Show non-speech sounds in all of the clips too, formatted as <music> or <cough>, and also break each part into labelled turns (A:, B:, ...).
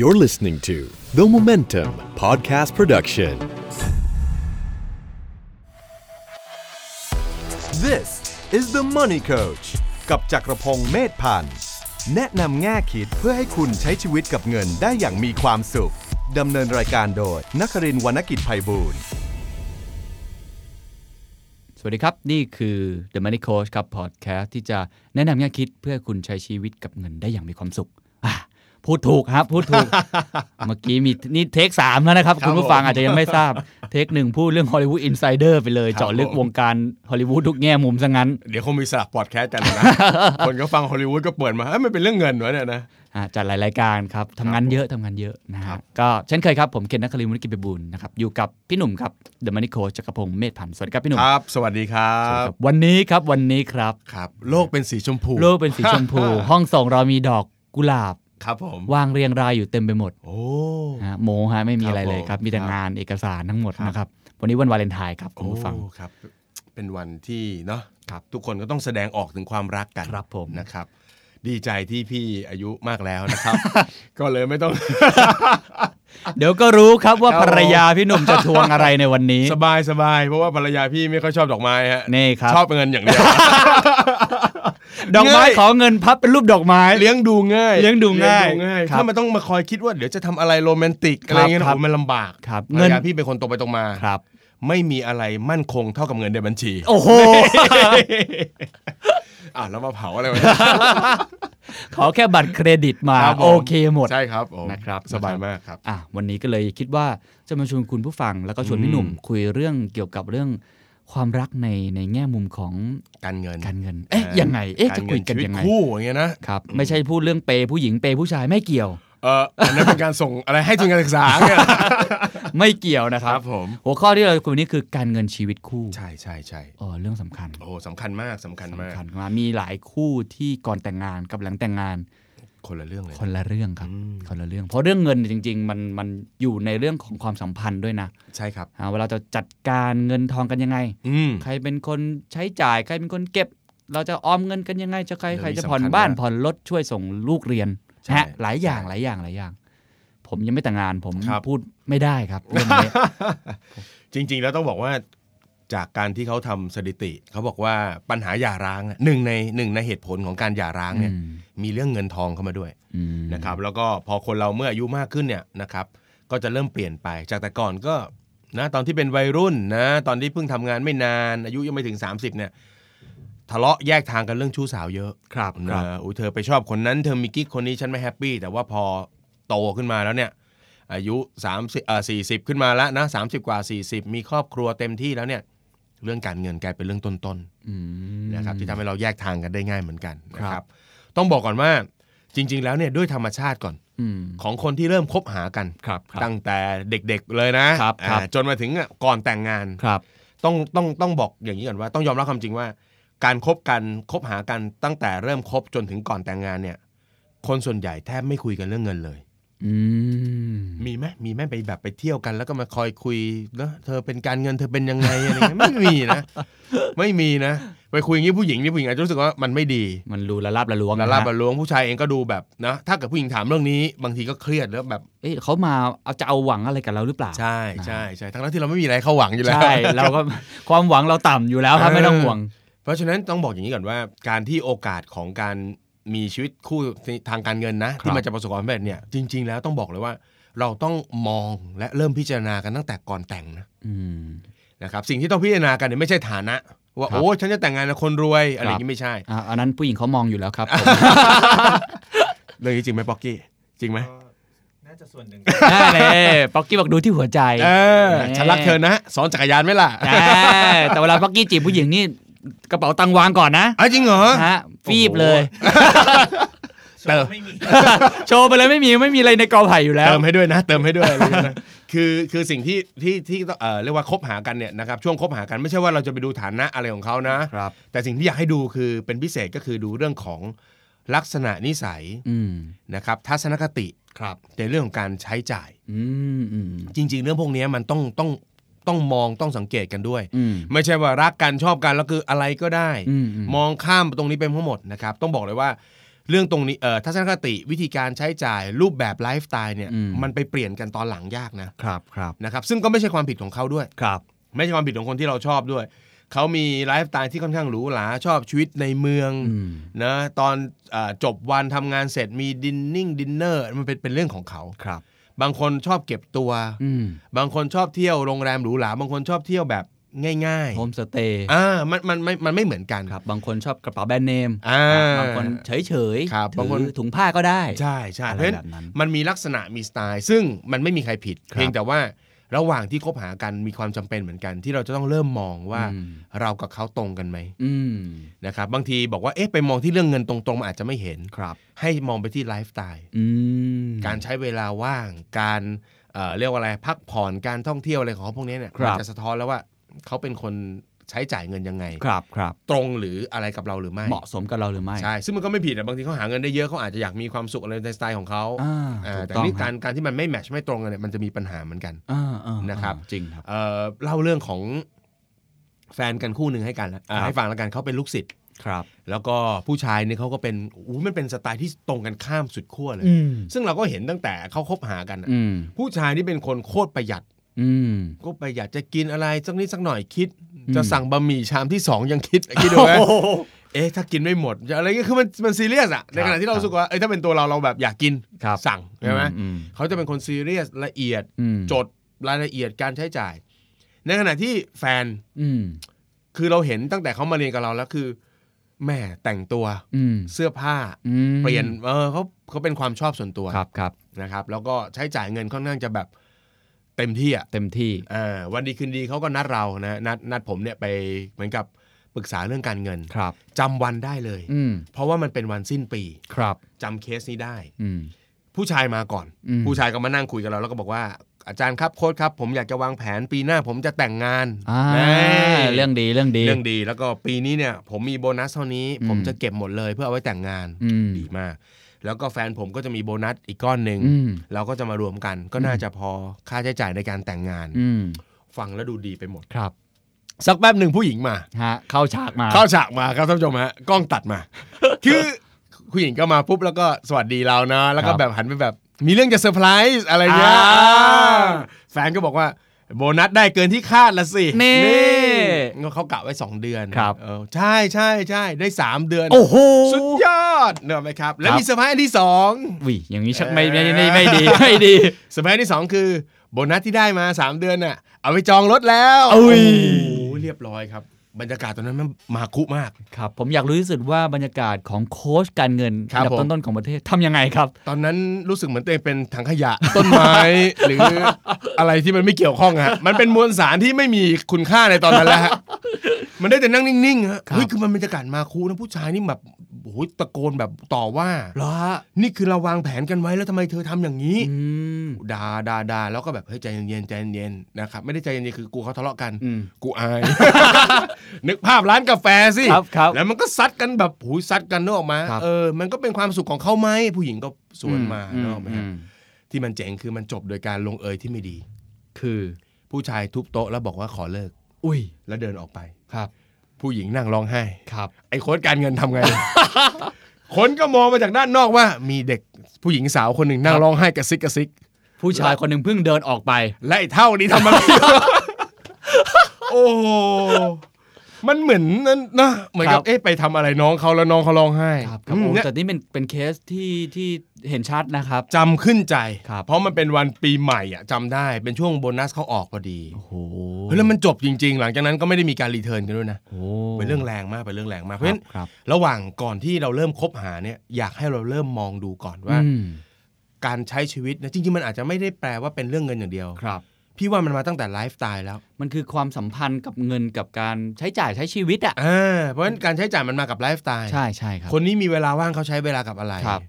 A: You're listening to The Momentum Podcast Production.
B: This is the Money Coach กับจักรพงศ์เมธพันธ์ แนะนำแง่คิดเพื่อให้คุณใช้ชีวิตกับเงินได้อย่างมีความสุข ดำเนินรายการโดยนักรินทร์วรรณกิจไพบูลย์
C: สวัสดีครับ นี่คือ The Money Coach ครับ พอดแคสต์ที่จะแนะนำแง่คิดเพื่อคุณใช้ชีวิตกับเงินได้อย่างมีความสุขอ่ะพูดถูกครับ พูด <laughs> ถูก เมื่อกี้มีนี่เทคสามแล้วนะครับ คุณผู้ฟังอาจจะยังไม่ทราบ เทคหนึ่งพูดเรื่องฮอลลีวูดอินไซเดอร์ไปเลย เจาะลึกวงการฮอลลีวูดทุกแง่มุมซะงั้น
D: เดี๋ยวคงมีสลับพอดแคสต์กันแล้ว
B: <laughs>
D: นะ คนก็ฟังฮอลลีวูดก็เปิดมาเอ้ยมันเป็นเรื่องเงินวะเนี่ยนะ
C: อ่ะจัดหลายรายการครับทำงานเยอะทำงานเยอะนะฮะก็เช่นเคยครับ ผมเคนนักคาริมุนกิจไปบุญนะครับอยู่กับพี่หนุ่มครับ The Money Coach จักรพงศ์เมธพันธ์สวัสดีครับพี่หนุ่ม
D: ครับ สวัสดีครับ
C: วันนี้ครับวันนี้ครับ
D: ครับ โลกเป็นสีชมพู
C: โลกเป็นสีชมพู ห้องส่งเรามีดอกกุหลาบ
D: ครับผม
C: วางเรียงรายอยู่เต็มไปหมด
D: โอ้
C: ฮะโมฮะไม่มี
D: ครับ
C: อะไรเลยครับ
D: ผม
C: มีแต่
D: ครับ
C: งานเอกสารทั้งหมด
D: ครับ
C: นะครับ วันนี้วันวาเลนไทน์ครับคุณ
D: โอ้
C: ผู้ฟัง
D: ครับ เป็นวันที่เนาะ
C: ครับ
D: ทุกคนก็ต้องแสดงออกถึงความรักกัน
C: ครับผม
D: นะครับ ดีใจที่พี่อายุมากแล้วนะครับ ก็เลยไม่
C: <laughs>
D: ต้อง
C: เดี๋ยวก็รู้ครับว่า
D: ครับ
C: ภรรยาพี่หนุ่มจะทวงอะไรในวันนี้
D: สบายสบายเพราะว่าภรรยาพี่ไม่ค่อยชอบดอกไม้ฮะ
C: นี่ครับ
D: ชอบเงินอย่าง
C: <laughs>
D: เดียว
C: ดอกไม้
D: ง่าย
C: ขอเงินพับเป็นรูปดอกไม้
D: เลี้ยงดูง่าย
C: เลี้ยงดูง่าย
D: เลี้งดู
C: ครับ
D: ถ้ามันต้องมาคอยคิดว่าเดี๋ยวจะทำอะไรโรแมนติกอะไรเงี้ย
C: ครับ
D: โอ้ยมันลำบาก
C: ครับ
D: เงิน
C: เงิน
D: พี่เป็นคนตรงไปตรงมา
C: ครับ
D: ไม่มีอะไรมั่นคงเท่ากับเงินในบัญชี
C: โอ้โห
D: อ่ะแล้วมาเผาอะไรวะ
C: ขอแค่บัตรเครดิตมา
D: ครับผม
C: โอเคหมด
D: ใช่ครับผม
C: นะครับ
D: สบาย
C: นะครับ
D: มากครับ
C: อ่ะวันนี้ก็เลยคิดว่าจะมาชวนคุณผู้ฟัง แล้วก็ชวนพี่หนุ่มคุยเรื่องเกี่ยวกับเรื่องความรักในในแง่มุมของ
D: การเงิน
C: การเงิน เอ๊ะยังไง เอ๊ะจะคุยกัน
D: ชีวิต
C: ยังไง
D: คู่อย่างเงี้ยนะครับ
C: ไม่ใช่พูดเรื่องเปย์ผู้หญิงเปย์ผู้ชายไม่เกี่ยว
D: เอออันนั้นเป็นการส่งอะไรให้ทุนการศึกษาเนี่ย
C: ไม่เกี่ยวนะค
D: ค
C: รั
D: รับ บผม
C: หัวข้อที่เราคุยวันนี้คือการเงินชีวิตคู่
D: ใช่ใช่ใช่
C: เออเรื่องสำคัญ
D: โอ้สำคัญมากสำคัญมาก
C: สำคัญมากมีหลายคู่ที่ก่อนแต่งงานกับหลังแต่งงาน
D: คนละเรื่องเลย
C: คนละเรื่องครับ
D: อืม
C: คนละเรื่อง เพราะเรื่องเงินเนี่ยจริง ๆ มันมันอยู่ในเรื่องของความสัมพันธ์ด้วยนะ
D: ใช่ครับ
C: อ่าเวลาจะจัดการเงินทองกันยังไง
D: อืม
C: ใครเป็นคนใช้จ่ายใครเป็นคนเก็บ เราจะออมเงินกันยังไงจะใคร
D: เรื่องนี้
C: ใครจะ
D: สำคัญ
C: ผ่อนบ้าน
D: มาก
C: ผ่อนรถช่วยส่งลูกเรียน
D: ใช่
C: นะฮะหลายอย่าง
D: ใช่
C: หลายอย่างหลายอย่าง ผมยังไม่แต่งงานผม
D: ครับ
C: พูดไม่ได้ครับเรื่องนี้
D: จริง ๆ แล้วต้องบอกว่าจากการที่เขาทำสถิติ เขาบอกว่าปัญหาหย่าร้างอะหนึ่งในหนึ่งในเหตุผลของการหย่าร้างเนี่ย
C: อืม
D: มีเรื่องเงินทองเข้ามาด้วย
C: อืม
D: นะครับแล้วก็พอคนเราเมื่ออายุมากขึ้นเนี่ยนะครับก็จะเริ่มเปลี่ยนไป จากแต่ก่อนก็นะตอนที่เป็นวัยรุ่นนะตอนที่เพิ่งทำงานไม่นาน อายุยังไม่ถึง 30เนี่ยทะเลาะแยกทางกันเรื่องชู้สาวเยอะ
C: ครับครั
D: นะ
C: บ
D: อุ้ยเธอไปชอบคนนั้นเธอมีกิ๊กคนนี้ฉันไม่แฮปปี้แต่ว่าพอโตขึ้นมาแล้วเนี่ยอายุ30เอ่อ40 ขึ้นมาแล้วนะ30 กว่า 40 มีครอบครัวเต็มที่แล้วเนี่ยเรื่องการเงินกลายเป็นเรื่องต้นๆ
C: อืม
D: นะครับที่ทำให้เราแยกทางกันได้ง่ายเหมือนกัน
C: ค
D: นะค
C: รั
D: รับ บ ต้องบอกก่อนว่าจริง ๆ แล้วเนี่ยด้วยธรรมชาติก่อน
C: อืม
D: ของคนที่เริ่มคบหากัน
C: ครับครับ
D: ตั้งแต่เด็กๆเลยนะครับ อ่า
C: ครับ
D: จนมาถึงอ่ะก่อนแต่งงาน
C: ครับ
D: ต้องต้องต้องบอกอย่างนี้ก่อนว่าต้องยอมรับความจริงว่า การคบกันคบหากันตั้งแต่เริ่มคบจนถึงก่อนแต่งงานเนี่ยคนส่วนใหญ่แทบไม่คุยกันเรื่องเงินเลย
C: อืม
D: มีไหมมีไหมไปแบบไปเที่ยวกัน แล้วก็มาคอยคุยเนอะเธอเป็นการเงินเธอเป็นยังไงอะไรเงี้ยไม่มี <laughs> นะ ไม่มีนะ ไปคุยอย่างนี้ผู้หญิงนี่ผู้หญิงอาจจะรู้สึกว่ามันไม่ดี
C: มันรูละลาบละล้วงน
D: ละลาบ
C: ฮ
D: ละล้วงผู้ชายเองก็ดูแบบนะ ถ้าเกิดผู้หญิงถามเรื่องนี้ บางทีก็เครียดแล้วแบบ
C: เอ๊ะเขามาเอาจะเอาหวังอะไรกับเราหรือเปล่า
D: ใช่ใช่ใช่ทั้งๆที่เราไม่มีอะไรเข้าหวังอยู่แล้ว
C: ใช่เราก็ ความหวังเราต่ำอยู่แล้วครับ
D: เออ
C: ไม่ต้องห่วง
D: เพราะฉะนั้นต้องบอกอย่างนี้ก่อนว่าการที่โอกาสของการมีชีวิตคู่ทางการเงินนะ
C: ครั
D: ที่
C: บ
D: มันจะประสบความสำเร็จเนี่ยจริง ๆ แล้วต้องบอกเลยว่า เราต้องมองและเริ่มพิจารณากันตั้งแต่ก่อนแต่งนะ
C: อืม
D: นะครับสิ่งที่ต้องพิจารณากันเนี่ยไม่ใช่ฐานะ ว่า
C: ครับ
D: โอ้ฉันจะแต่งงานกับคนรวยอะไร
C: ค
D: อ
C: รับ
D: ย่างนี้ไม่ใช่
C: อ่ะอันนั้นผู้หญิงเขามองอยู่แล้วครับผม <laughs>
D: เรื่องนี้จริงไหมป๊อกกี้จริงไหม
C: แน่เลยป๊อกกี้บอกดูที่หัวใจ
D: เออ
C: แน่
D: ฉันรักเธอนะสอนจักรยานไหมล่ะ
C: แน่แต่เวลาป๊อกกี้จีบผู้หญิงนี่กระเป๋าตังค์วางก่อนนะ
D: อ่ะจริงเหรอ
C: ฮะ
D: โอ้โห
C: ฟีบเลย
D: เติม
C: โชว์ไปเลยไม่มีไม่มีอะไรในกอไผ่อยู่แล้ว
D: เติมให้ด้วย
C: <laughs>
D: นะ เติมให้ด้วยอะไรอย่างเงี้ยนะคือคือสิ่งที่ที่ที่ต้องเอ่อเรียกว่าคบหากันเนี่ยนะครับช่วงคบหากันไม่ใช่ว่าเราจะไปดูฐานะอะไรของเขานะ
C: ครับ
D: แต่สิ่งที่อยากให้ดูคือเป็นพิเศษก็คือดูเรื่องของลักษณะนิสัย
C: อืม
D: นะครับทัศนคติ
C: ครับ
D: ในเรื่องของการใช้จ่าย
C: อืมอืม
D: จริง ๆ เรื่องพวกเนี้ยมันต้องต้องต้องมองต้องสังเกตกันด้วย
C: อืม
D: ไม่ใช่ว่ารักกันชอบกันแล้วคืออะไรก็ได้
C: อืม
D: มองข้ามตรงนี้ไปทั้งหมดนะครับ ต้องบอกเลยว่า เรื่องตรงนี้เอ่อทัศนคติวิธีการใช้จ่ายรูปแบบไลฟ์สไตล์เนี่ย
C: อืม
D: มันไปเปลี่ยนกันตอนหลังยากนะครับ
B: ครับ
D: นะครับซึ่งก็ไม่ใช่ความผิดของเขาด้วย
B: ครับ
D: ไม่ใช่ความผิดของคนที่เราชอบด้วย เขามีไลฟ์สไตล์ที่ค่อนข้างหรูหราชอบชีวิตในเมือง
C: อืม
D: นะตอนเออจบวันทำงานเสร็จมีดินนิ่งดินเนอร์มันเป็นเป็นเรื่องของเขา
B: ครับ
D: บางคนชอบเก็บตัว
C: อืม
D: บางคนชอบเที่ยวโรงแรมหรูหราบางคนชอบเที่ยวแบบง่าย
C: โฮมสเตย์
D: ๆอ่ามันมันไม่มันไม่เหมือนกัน
C: ครับบางคนชอบกระเป๋าแบรนด์เนม
D: อ่า
C: บางคนเฉยเฉยๆ
D: ครั
C: ถือบ
D: บางคน
C: ถุงผ้าก็ได้
D: ใช่ใช่
C: อะไร
D: เพราะฉะนั้
C: แบ
D: น
C: บนั้น
D: มันมีลักษณะมีสไตล์ ซึ่งมันไม่มีใครผิด เพียงแต่ว่าระหว่างที่คบหากันมีความจำเป็นเหมือนกัน ที่เราจะต้องเริ่มมองว่า
C: อืม
D: เรากับเขาตรงกันไหม
C: อืม
D: นะครับบางทีบอกว่าเอ๊ะไปมองที่เรื่องเงินตรงๆมันอาจจะไม่เห็น
B: ครับ
D: ให้มองไปที่ไลฟ์สไตล์
C: อืม
D: การใช้เวลาว่าง การเอ่อเรียกว่าอะไรพักผ่อนการท่องเที่ยวอะไรของเขาพวกนี้เนี่ย
C: ครับ
D: มัจะสะท้อนแล้วว่าเขาเป็นคนใช้จ่ายเงินยังไง
B: ครับครับ
D: ตรงหรืออะไรกับเราหรือไม่
C: เหมาะสมกับเราหรือไม่
D: ใช่ซึ่งมันก็ไม่ผิดอะบางทีเขาหาเงินได้เยอะเขาอาจจะอยากมีความสุขอะไรในสไตล์ของเขา
C: อ่าถู
D: อ่า
C: ก
D: แต่
C: ต้อง
D: นี่
C: ค
D: กา
C: รับ
D: รการที่มันไม่แมทช์ไม่ตรงกันเนี่ยมันจะมีปัญหาเหมือนกัน
C: อ่าอ่า
D: นะครับ
C: จริงครับ
D: เอ่อเล่าเรื่องของแฟนกันคู่หนึ่งให้กันละอ่า
C: ครับ
D: ให้ฟังแล้วกันเขาเป็นลูกศิษย์
B: ครับ
D: แล้วก็ผู้ชายเนี่ยเขาก็เป็นอู้มันเป็นสไตล์ที่ตรงกันข้ามสุดขั้วเลย
C: อืม
D: ซึ่งเราก็เห็นตั้งแต่เขาคบหากันอะ
C: อืม
D: ผู้ชายนี่เป็นคนโคตรประหยัด
C: อืม
D: โคตรประหยัดจะกินอะไรสักนิดสักหน่อยคิด
C: อืม
D: จะสั่งบะหมี่ชามที่สองยังคิดคิดดูไหมเอ๊ะถ้ากินไม่หมดจะอะไรเงี้ยคือมันมันซีเรียสอะในขณะที่เรารู้สึกว่าเอ้ยถ้าเป็นตัวเราเราแบบอยากกิน
C: ครับ
D: สั่งใช่ไหม
C: อืม
D: เขาจะเป็นคนซีเรียสละเอียด
C: อืม
D: จดรายละเอียดการใช้จ่าย ในขณะที่แฟน
C: อืม
D: คือเราเห็นตั้งแต่เขามาเรียนกับเราแล้วคือแหม่แต่งตัว
C: อืม
D: เสื้อผ้า
C: อืม
D: เปลี่ยนเออเขาเขาเป็นความชอบส่วนตัว
C: ครับครับ
D: นะครับ แล้วก็ใช้จ่ายเงินค่อนข้างจะแบบเต็มที่อ่ะ
C: เต็มที่
D: เออวันดีคืนดีเขาก็นัดเรานะนัดนัดผมเนี่ยไปเหมือนกับปรึกษาเรื่องการเงิน
C: ครับ
D: จำวันได้เลย
C: อืม
D: เพราะว่ามันเป็นวันสิ้นปี
C: ครับ
D: จำเคสนี้ได้
C: อืม
D: ผู้ชายมาก่อน
C: อืม
D: ผู้ชายก็มานั่งคุยกับเราแล้วก็บอกว่า อาจารย์ครับโค้ชครับ ผมอยากจะวางแผนปีหน้าผมจะแต่งงาน
C: อ่า
D: แน่
C: เรื่องดีเรื่องดี
D: เรื่องดีแล้วก็ปีนี้เนี่ย ผมมีโบนัสเท่านี้
C: อืม
D: ผมจะเก็บหมดเลยเพื่อเอาไว้แต่งงาน
C: อืม
D: ดีมาก แล้วก็แฟนผมก็จะมีโบนัสอีกก้อนหนึ่ง
C: อืม
D: เราก็จะมารวมกัน ก็น่าจะพอค่าใช้จ่ายในการแต่งงาน
C: อืม
D: ฟังแล้วดูดีไปหมด
C: ครับ
D: สักแป๊บหนึ่งผู้หญิงมา
C: ฮะเข้าฉากมา
D: เข้าฉากมาครับท่านผู้ชมฮะ กล้องตัดมา คือผู้หญิงก็มาปุ๊บแล้วก็สวัสดีเรานะ แล้วก็แบบหันไปแบบ มีเรื่องจะเซอร์ไพรส์อะไรเงี้ยอ่าแฟนก็บอกว่าโบนัสได้เกินที่คาดละสิ
C: เน่
D: ก็เขากะไว้สองเดือน
C: ครับ
D: เออใช่ใช่ใช่ได้สามเดือน
C: โอ้โห
D: สุดยอดเนอะไหมครับ และ
C: ครับ
D: มีเซอร์ไพรส์อันที่สอง
C: วิอย่างนี้ชักไม่ไม่ไม่ไม่
D: <laughs>
C: ดีไม่ดี
D: เซอร์ไพรส์ที่สองคือโบนัสที่ได้มา 3 เดือนน่ะเอาไปจองรถแล้ว
C: อุ้ย
D: โอ้โหเรียบร้อยครับ บรรยากาศตอนนั้นมันมาคุมาก
C: ครับ ผมอยากรู้ที่สุดว่าบรรยากาศของโค้ชการเงิน
D: ครับ
C: อันดับ
D: ผม
C: ต้นๆของประเทศทำยังไงครับ
D: ตอนนั้นรู้สึกเหมือนตัวเองเป็นถังขยะ <laughs> ต้นไม้ หรืออะไรที่มันไม่เกี่ยวข้อง
C: <laughs>
D: ฮะมันเป็นมวลสารที่ไม่มีคุณค่าในตอนนั้นแล้วฮะมันได้แต่นั่งนิ่งๆฮะ
C: ครับ
D: เฮ้ยคือมันบรรยากาศมาคุนะผู้ชายนี่แบบโอ้โหตะโกนแบบต่อว่า
C: เหรอฮะ
D: นี่คือเราวางแผนกันไว้แล้วทำไมเธอทำอย่างนี้
C: อืม
D: ด่าด่าด่าแล้วก็แบบเฮ้ยใจเย็นๆใจเย็นๆนะครับไม่ได้ใจเย็นๆคือกลัวเขาทะเลาะกัน
C: อืม
D: กูอาย <laughs> นึกภาพร้านกาแฟสิ
C: ครับครับ
D: แล้วมันก็ซัดกันแบบหูยซัดกันเนอะออกมา
C: ครับ
D: เออ มันก็เป็นความสุขของเขาไหมผู้หญิงก็สวนมา
C: อื
D: เนอะออกไหมฮะ
C: อืม
D: ที่มันเจ๋งคือมันจบโดยการลงเอยที่ไม่ดี
C: คือ
D: ผู้ชายทุบโต๊ะแล้วบอกว่าขอเลิก
C: อุ้ย
D: แล้วเดินออกไป
C: ครับ
D: ผู้หญิงนั่งร้องไห้
C: ครับ
D: ไอ้โค้ดการเงินทำไง คนก็มองมาจากด้านนอกว่า มีเด็กผู้หญิงสาวคนหนึ่งนั่งร้องไห้กระซิกกระซิก
C: ผู้ชายคนหนึ่งเพิ่งเดินออกไป
D: และไอ้เท่านี้ทำอะไร <laughs> โอ้โหมันเหมือนนั่นนะเหมือนกั
C: ครับ บ
D: เอ๊ะไปทำอะไรน้องเขาแล้วน้องเขาร้องไห้
C: ครับครับ
D: อืม
C: โอ้
D: เนี่ย
C: แต่นี่เป็นเป็นเคสที่ที่เห็นชัดนะครับ
D: จำขึ้นใจ
C: ครับ
D: เพราะมันเป็นวันปีใหม่อ่ะจำได้เป็นช่วงโบนัสเขาออกพอดี
C: โอ้โห
D: เฮ้ยแล้วมันจบจริง ๆ หลังจากนั้นก็ไม่ได้มีการรีเทิร์นกันด้วยนะ
C: โอ้
D: เป็นเรื่องแรงมากเป็นเรื่องแรงมากเพ
C: ค
D: ราะฉะ
C: รั
D: นั้
C: บ
D: น
C: ครับ
D: ระหว่างก่อนที่เราเริ่มคบหาเนี่ยอยากให้เราเริ่มมองดูก่อนว่า
C: อืม
D: การใช้ชีวิตนะจริงๆมันอาจจะไม่ได้แปลว่าเป็นเรื่องเงินอย่างเดียว
C: ครับ
D: พี่ว่ามันมาตั้งแต่ไลฟ์สไตล์แล้ว
C: มันคือความสัมพันธ์กับเงินกับการใช้จ่ายใช้ชีวิตอ่ะ
D: อ่าเพราะฉะนั้นการใช้จ่ายมันมากับไลฟ์สไตล์
C: ใช่ใช่ครับ
D: คนนี้มีเวลาว่างเขาใช้เวลากับอะไร
C: ครับ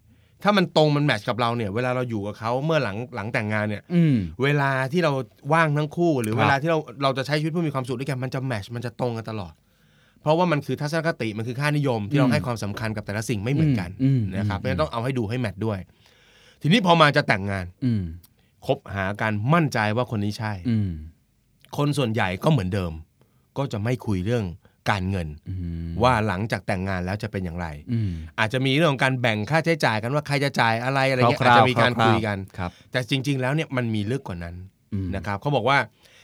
D: ถ้ามันตรงมันแมทช์กับเราเนี่ย เวลาเราอยู่กับเขาเมื่อหลังหลังแต่งงานเนี่ย
C: อืม
D: เวลาที่เราว่างทั้งคู่ หรือ
C: ครับ
D: เวลาที่เราเราจะใช้ชีวิตเพื่อมีความสุขด้วยกันมันจะแมทช์มันจะตรงกันตลอด เพราะว่ามันคือทัศนคติมันคือค่านิยมที่เราให้ความสำคัญกับแต่ละสิ่งไม่เหมือนกัน
C: ม
D: นะครับเพราะฉะนั้นต้องเอาให้ดูให้แมทช์ด้วย ทีนี้พอมาจะแต่งงาน
C: อืม
D: คบหาการมั่นใจว่าคนนี้ใช่
C: อืม
D: คนส่วนใหญ่ก็เหมือนเดิม ก็จะไม่คุยเรื่อง การเงิน
C: อืม
D: ว่าหลังจากแต่งงานแล้วจะเป็นอย่างไร
C: อืม
D: อาจจะมีเรื่องของการแบ่งค่าใช้จ่ายกันว่าใครจะจ่ายอะไรอะไรเงี้ยอาจจะมีการคุยกัน
C: ครับ
D: แต่จริง ๆ แล้วเนี่ยมันมีลึกกว่านั้น
C: อืม
D: นะครับเขาบอกว่า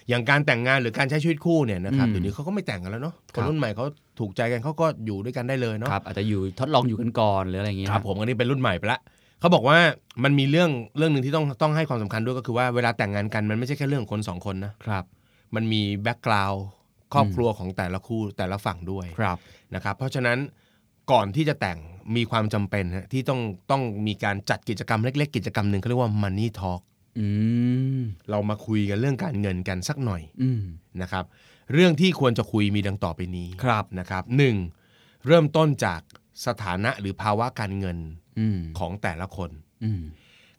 D: อย่างการแต่งงานหรือการใช้ชีวิตคู่เนี่ยนะครับ
C: อืม
D: เดี๋ยวนี้เขาก็ไม่แต่งกันแล้วเนาะค
C: ครั
D: น
C: บ
D: รุ่นใหม่เขาถูกใจกันเขาก็อยู่ด้วยกันได้เลยเนาะ
C: ครับ อาจจะอยู่ทดลองอยู่กันก่อนหรืออะไรอย่างเงี้ย
D: ครับผมอันนี้เป็นรุ่นใหม่ไปละเขาบอกว่ามันมีเรื่องเรื่องหนึ่งที่ต้องต้องให้ความสำคัญด้วยก็คือว่าเวลาแต่งงานกันมันไม่ใช่แค่เรื่องของคนสองคนนะครับ มันมีแบ็กกราวด์ครอบครัวของแต่ละคู่แต่ละฝั่งด้วย
C: ครับ
D: นะครับเพราะฉะนั้นก่อนที่จะแต่งมีความจำเป็นฮะที่ต้องต้องมีการจัดกิจกรรมเล็ก ๆ กิจกรรมหนึ่งเขาเรียกว่า Money Talk
C: อืม
D: เรามาคุยกันเรื่องการเงินกันสักหน่อย
C: อืม
D: นะครับเรื่องที่ควรจะคุยมีดังต่อไปนี้
C: ครับ
D: นะครับหนึ่งเริ่มต้นจากสถานะหรือภาวะการเงิน
C: อืม
D: ของแต่ละคน
C: อืม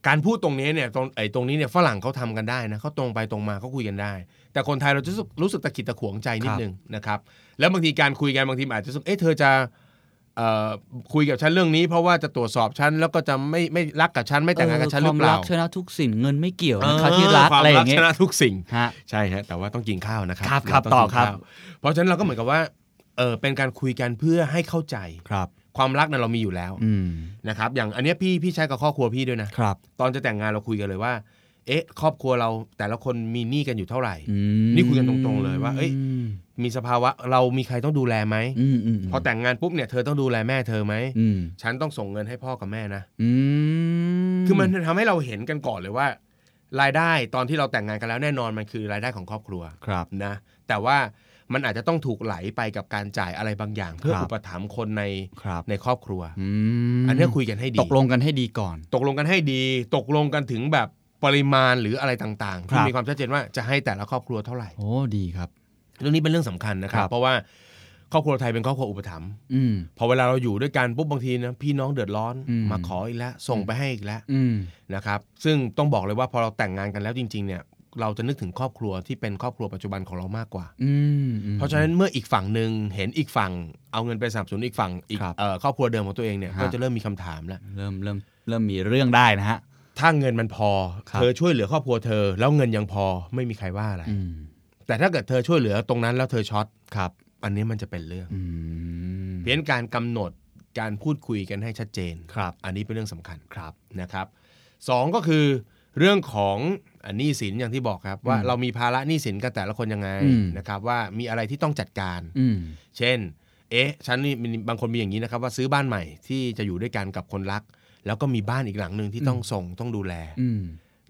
D: การพูดตรงนี้เนี่ยตรงไอ้ตรงนี้เนี่ยฝรั่งเขาทำกันได้นะเขาตรงไปตรงมาเขาคุยกันได้ แต่คนไทยเราจะรู้สึกรู้สึกตะขิดตะขวงใจนิดนึงนะครับแล้วบางทีการคุยกันบางทีอาจจะรู้สึกเอ๊ะเธอจะเอ่อคุยกับฉันเรื่องนี้ เพราะว่าจะตรวจสอบฉันแล้วก็จะไม่ไม่รักกับฉันไม่แต่งงานกับฉันหรือเป
C: ควมรั
D: ล่าก
C: ชนะทุกสิ่งเงินไม่เกี่ยวนะคะที่รัก
D: ควม
C: อะไรอย่างเงี้ย
D: ชนะทุกสิ่ง
C: ฮะ
D: ใช่ฮะแต่ว่าต้องกินข้าวนะครับ
C: ครับครับ
D: เาต้งกิน
C: ต่อครับ
D: ข้าวเพราะฉะนั้นเราก็เหมือนกับว่าเออเป็นการคุยกันเพื่อให้เข้าใจ
C: ครับ
D: ความรักเนี่ยเรามีอยู่แล้ว
C: อืม
D: นะครับอย่างอันเนี้ยพี่พี่ใช้กับครอบครัวพี่ด้วยนะ
C: ครับ
D: ตอนจะแต่งงานเราคุยกันเลยว่า เอ๊ะ ครอบครัวเราแต่ละคนมีหนี้กันอยู่เท่าไหร่
C: อืม
D: นี่คุยกันตรงๆเลยว่าเอ้ย มีสภาวะเรามีใครต้องดูแลไหม
C: อืมอืม
D: พอแต่งงานปุ๊บเนี่ยเธอต้องดูแลแม่เธอไหม
C: อืม
D: ฉันต้องส่งเงินให้พ่อกับแม่นะ
C: อืม
D: คือมันทำให้เราเห็นกันก่อนเลยว่า รายได้ตอนที่เราแต่งงานกันแล้วแน่นอนมันคือรายได้ของครอบครัว
C: ครับ
D: นะ แต่ว่ามันอาจจะต้องถูกไหลไปกับการจ่ายอะไรบางอย่าง เพื่
C: ค
D: อ
C: รับ
D: อุปถัมภ์คนใน
C: ครับ
D: ในครอบครัว
C: อืม
D: อันเนี้ยคุยกันให้ดี
C: ตกลงกันให้ดีก่อน
D: ตกลงกันให้ดี ตกลงกันถึงแบบปริมาณหรืออะไรต่าง
C: ค
D: ๆที่
C: รับ
D: มีความชัดเจนว่าจะให้แต่ละครอบครัวเท่าไหร่
C: โอ้ดีครับ
D: เรื่องนี้เป็นเรื่องสำคัญนะครับ
C: ครับ
D: เพราะว่าครอบครัวไทยเป็นครอบครัวอุปถัมภ์
C: อืม
D: พอเวลาเราอยู่ด้วยกันปุ๊บบางทีนะพี่น้องเดือดร้อน
C: อืม
D: มาขออีกแล้วส่งไปให้อีกแล้ว
C: อืม
D: นะครับ ซึ่งต้องบอกเลยว่าพอเราแต่งงานกันแล้วจริง ๆ เนี่ย เราจะนึกถึงครอบครัวที่เป็นครอบครัวปัจจุบันของเรามากกว่า
C: อืมอืม
D: เพราะฉะนั้นเมื่ออีกฝั่งหนึ่งเห็นอีกฝั่ง เอาเงินไปสนับสนุนอีกฝั่งอีก
C: ครับ
D: เอ่อครอบครัวเดิมของตัวเองเนี่ย
C: ฮะ
D: ก็จะเริ่มมีคำถามแล้ว
C: เริ่มเริ่มเริ่มมีเรื่องได้นะฮะ
D: ถ้าเงินมันพอ
C: ครับ
D: เธอช่วยเหลือครอบครัวเธอ แล้วเงินยังพอไม่มีใครว่าอะไร
C: อืม
D: แต่ถ้าเกิดเธอช่วยเหลือตรงนั้นแล้วเธอช็อต
C: ครับ
D: อันนี้มันจะเป็นเรื่อง
C: อืม
D: เพี้ยนการกำหนดการพูดคุยกันให้ชัดเจน
C: ครับ
D: อันนี้เป็นเรื่องสำคัญ
C: ครับ
D: นะครับสองก็คือเรื่องของอันหนี้สินอย่างที่บอกครับ ว่า
C: อืม
D: เรามีภาระหนี้สินกันแต่ละคนยังไง
C: อืม
D: นะครับว่ามีอะไรที่ต้องจัดการ
C: อืม
D: เช่น เอ๊ะฉันนี่มีบางคนมีอย่างนี้นะครับว่าซื้อบ้านใหม่ที่จะอยู่ด้วยกันกับคนรัก แล้วก็มีบ้านอีกหลังหนึ่งที่ต้องส่งต้องดูแล
C: อืม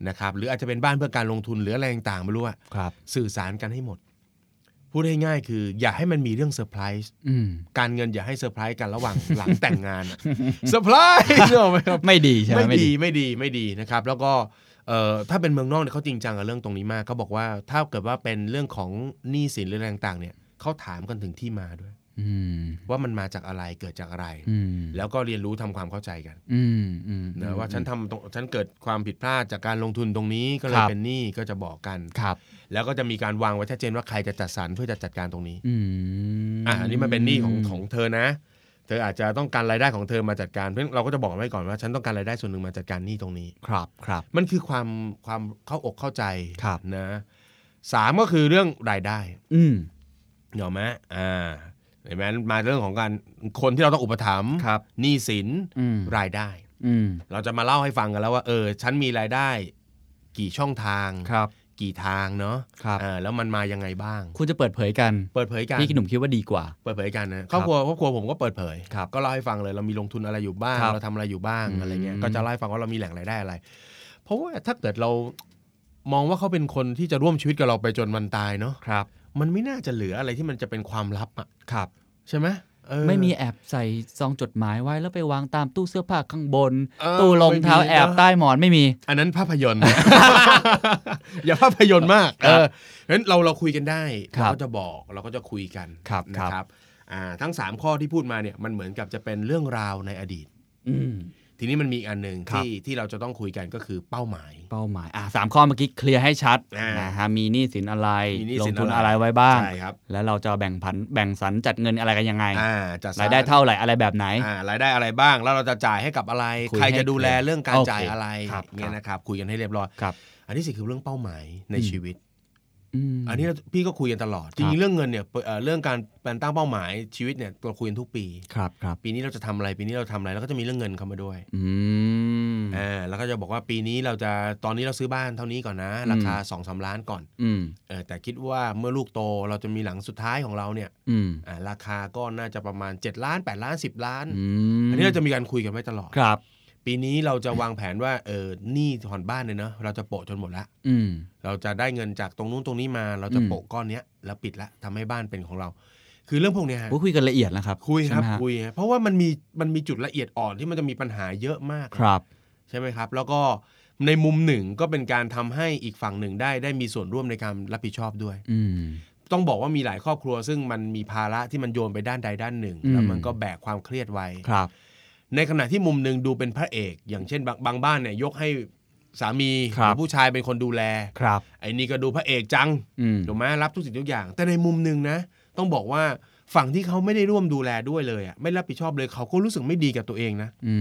D: นะครับหรืออาจจะเป็นบ้านเพื่อการลงทุนหรืออะไรต่างๆไม่รู้อะ
C: ครับ
D: สื่อสารกันให้หมด พูดให้ง่ายคือ อย่าให้มันมีเรื่องเซอร์ไพรส์
C: อืม
D: การเงินอย่าให้เซอร์ไพรส์กันระหว่าง <laughs> หลังแต่งงาน <laughs> อะเซอร์ไพรส์เนกอะไหมครับ
C: ไม่ดีใช่ไหม
D: ไม่ดีไม่ดีไม่ดีนะครับ แล้วก็เอ่อถ้าเป็นเมืองนอกเนี่ยเขาจริงจังกับเรื่องตรงนี้มากเขาบอกว่าถ้าเกิดว่าเป็นเรื่องของหนี้สินหรืออะไรต่างๆเนี่ยเขาถามกันถึงที่มาด้วย
C: อืม
D: ว่ามันมาจากอะไรเกิดจากอะไร
C: อืม
D: แล้วก็เรียนรู้ทำความเข้าใจกัน
C: อืมอืม
D: นะว่าฉันทำตรงฉันเกิดความผิดพลาดจากการลงทุนตรงนี้ก็เล
C: ค
D: ย
C: รับ
D: เป็นหนี้ก็จะบอกกัน
C: ครับ
D: แล้วก็จะมีการวางไว้ชัดเจนว่าใครจะจัดสรรเพื่อจะจัดการตรงนี้
C: อืม
D: อ่ะอันนี้มันเป็นหนี้ของของเธอนะ เธออาจจะต้องการรายได้ของเธอมาจัดการเพราะฉะนั้นเราก็จะบอกไว้ก่อนว่าฉันต้องการรายได้ส่วนหนึ่งมาจัดการหนี้ตรงนี้
C: ครับครับ
D: มันคือความความเข้าอกเข้าใจ
C: ครับ
D: นะสามก็คือเรื่องรายได้
C: อืม
D: เหรอไหมอ่าเห็นไหมมาเรื่องของการคนที่เราต้องอุปถัมภ์
C: ครับ
D: หนี้สิน
C: อืม
D: รายได้
C: อืม
D: เราจะมาเล่าให้ฟังกันแล้วว่าเออฉันมีรายได้กี่ช่องทาง
C: ครับ
D: กี่ทางเนาะ
C: ครับ
D: เออแล้วมันมายังไงบ้าง
C: คุณจะเปิดเผยกัน
D: เปิดเผยกัน
C: พี่กินหนุ่มคิดว่าดีกว่า
D: เปิดเผยกันนะครอบครัวครอบครัวผมก็เปิดเผย
C: ครับ
D: ก็เล่าให้ฟังเลยเรามีลงทุนอะไรอยู่บ้าง
C: ครับ
D: เราทำอะไรอยู่บ้าง
C: อืม
D: อะไรเงี้ยก็จะเล่าให้ฟังว่าเรามีแหล่งรายได้อะไร เพราะว่าถ้าเกิดเรามองว่าเขาเป็นคนที่จะร่วมชีวิตกับเราไปจนวันตายเนาะ
C: ครับ
D: มันไม่น่าจะเหลืออะไรที่มันจะเป็นความลับอะ
C: ครับ
D: ใช่ไหมเออ
C: ไม่มีแอบใส่ซองจดหมายไว้แล้วไปวางตามตู้เสื้อผ้าข้างบน
D: เออ
C: ตู้รองเท้า
D: ไม่มีนะ
C: แอบใต้หมอนไม่มี
D: อันนั้นภาพยนตร์ <laughs> อย่าภาพยนตร์มาก เอองั้นเราเราคุยกันได้
C: ครั
D: เรา
C: บ
D: ก็จะบอกเราก็จะคุยกัน
C: ครับ
D: นะครับ อ่าทั้ง 3 ข้อที่พูดมาเนี่ยมันเหมือนกับจะเป็นเรื่องราวในอดีต
C: อืม
D: ทีนี้มันมีอีกอันหนึ่ง
C: ครับ
D: ที่ที่เราจะต้องคุยกันก็คือเป้าหมาย
C: เป้าหมายอ่ะสามข้อเมื่อกี้เคลียร์ให้ชัด
D: อ่าน
C: นะฮะมีหนี้สินอะไร
D: มีหนี้
C: ล
D: สิ
C: ง
D: นอะไร
C: ทุนอะไรไว้บ้าง
D: ใช่ครับ
C: แล้วเราจะแบ่งผันแบ่งสรรจัดเงินอะไรกันยังไง
D: อ่าจะส
C: รายได้เท่าไหร่อะไรแบบไหน
D: อ่ารายได้อะไรบ้าง แล้วเราจะจ่ายให้กับอะไร
C: คุย
D: ใคร
C: ให้
D: จะดูแลเรื่องการ
C: โอเค
D: จ่ายอะไร
C: ครับ
D: เงี้ยนะครับคุยกันให้เรียบร้อย
C: ครับ
D: อันที่สี่คือเรื่องเป้าหมายในชีวิต
C: ม
D: อันนี้เราพี่ก็คุยกันตลอด
C: ค
D: จ
C: รั
D: ริงๆ
C: บ
D: เรื่องเงินเนี่ยเปิดเอ่อเรื่องการการตั้งเป้าหมายชีวิตเนี่ยเราคุยกันทุกปี
C: ครับครับ
D: ปีนี้เราจะทำอะไรปีนี้เราทำอะไรแล้วก็จะมีเรื่องเงินเข้ามาด้วย
C: อืม
D: อ่าแล้วก็จะบอกว่าปีนี้เราจะตอนนี้เราซื้อบ้านเท่านี้ก่อนนะ
C: อืม
D: ราคา2อสล้านก่อน
C: อืม
D: เออแต่คิดว่าเมื่อลูกโตเราจะมีหลังสุดท้ายของเราเนี่ย
C: อืม
D: อ่าราคาก็น่าจะประมาณ 7 ล้าน 8 ล้าน 10 ล้าน
C: อืม
D: อันนี้เราจะมีการคุยกันไว้ตลอด
C: ครับ
D: ปีนี้เราจะวางแผนว่าเออหนี้ผ่อนบ้านเนี่ยเนอะเราจะโปะจนหมดละ
C: อืม
D: เราจะได้เงินจากตรงนู้นตรงนี้มา เราจะ
C: อืม
D: โปะก้อนเนี้ยแล้วปิดละทำให้บ้านเป็นของเรา คือเรื่องพวกเนี้ยฮะ
C: โอ้คุยกันละเอียดนะครับ
D: คุยครับ
C: ใช่ไหมฮะ
D: คุยฮะเพราะว่ามันมีมันมีจุดละเอียดอ่อนที่มันจะมีปัญหาเยอะมาก
C: ครับ
D: ใช่ไหมครับ แล้วก็ในมุมหนึ่งก็เป็นการทำให้อีกฝั่งหนึ่งได้ได้มีส่วนร่วมในการรับผิดชอบด้วย
C: อืม
D: ต้องบอกว่ามีหลายครอบครัว ซึ่งมันมีภาระที่มันโยนไปด้านใดด้านหนึ่ง
C: อืม
D: แล้วมันก็แบกความเครียดไว้
C: ครับ
D: ในขณะที่มุมหนึ่งดูเป็นพระเอก อย่างเช่นบางบางบ้านเนี่ยยกให้สามีห
C: ครับ
D: รือผู้ชายเป็นคนดูแล
C: ครับ
D: ไอ้นี่ก็ดูพระเอกจัง
C: อืม
D: ถูกไหมรับทุกสิ่งทุกอย่าง แต่ในมุมหนึ่งนะ ต้องบอกว่าฝั่งที่เขาไม่ได้ร่วมดูแลด้วยเลยอะไม่รับผิดชอบเลยเขาก็รู้สึกไม่ดีกับตัวเองนะ
C: อื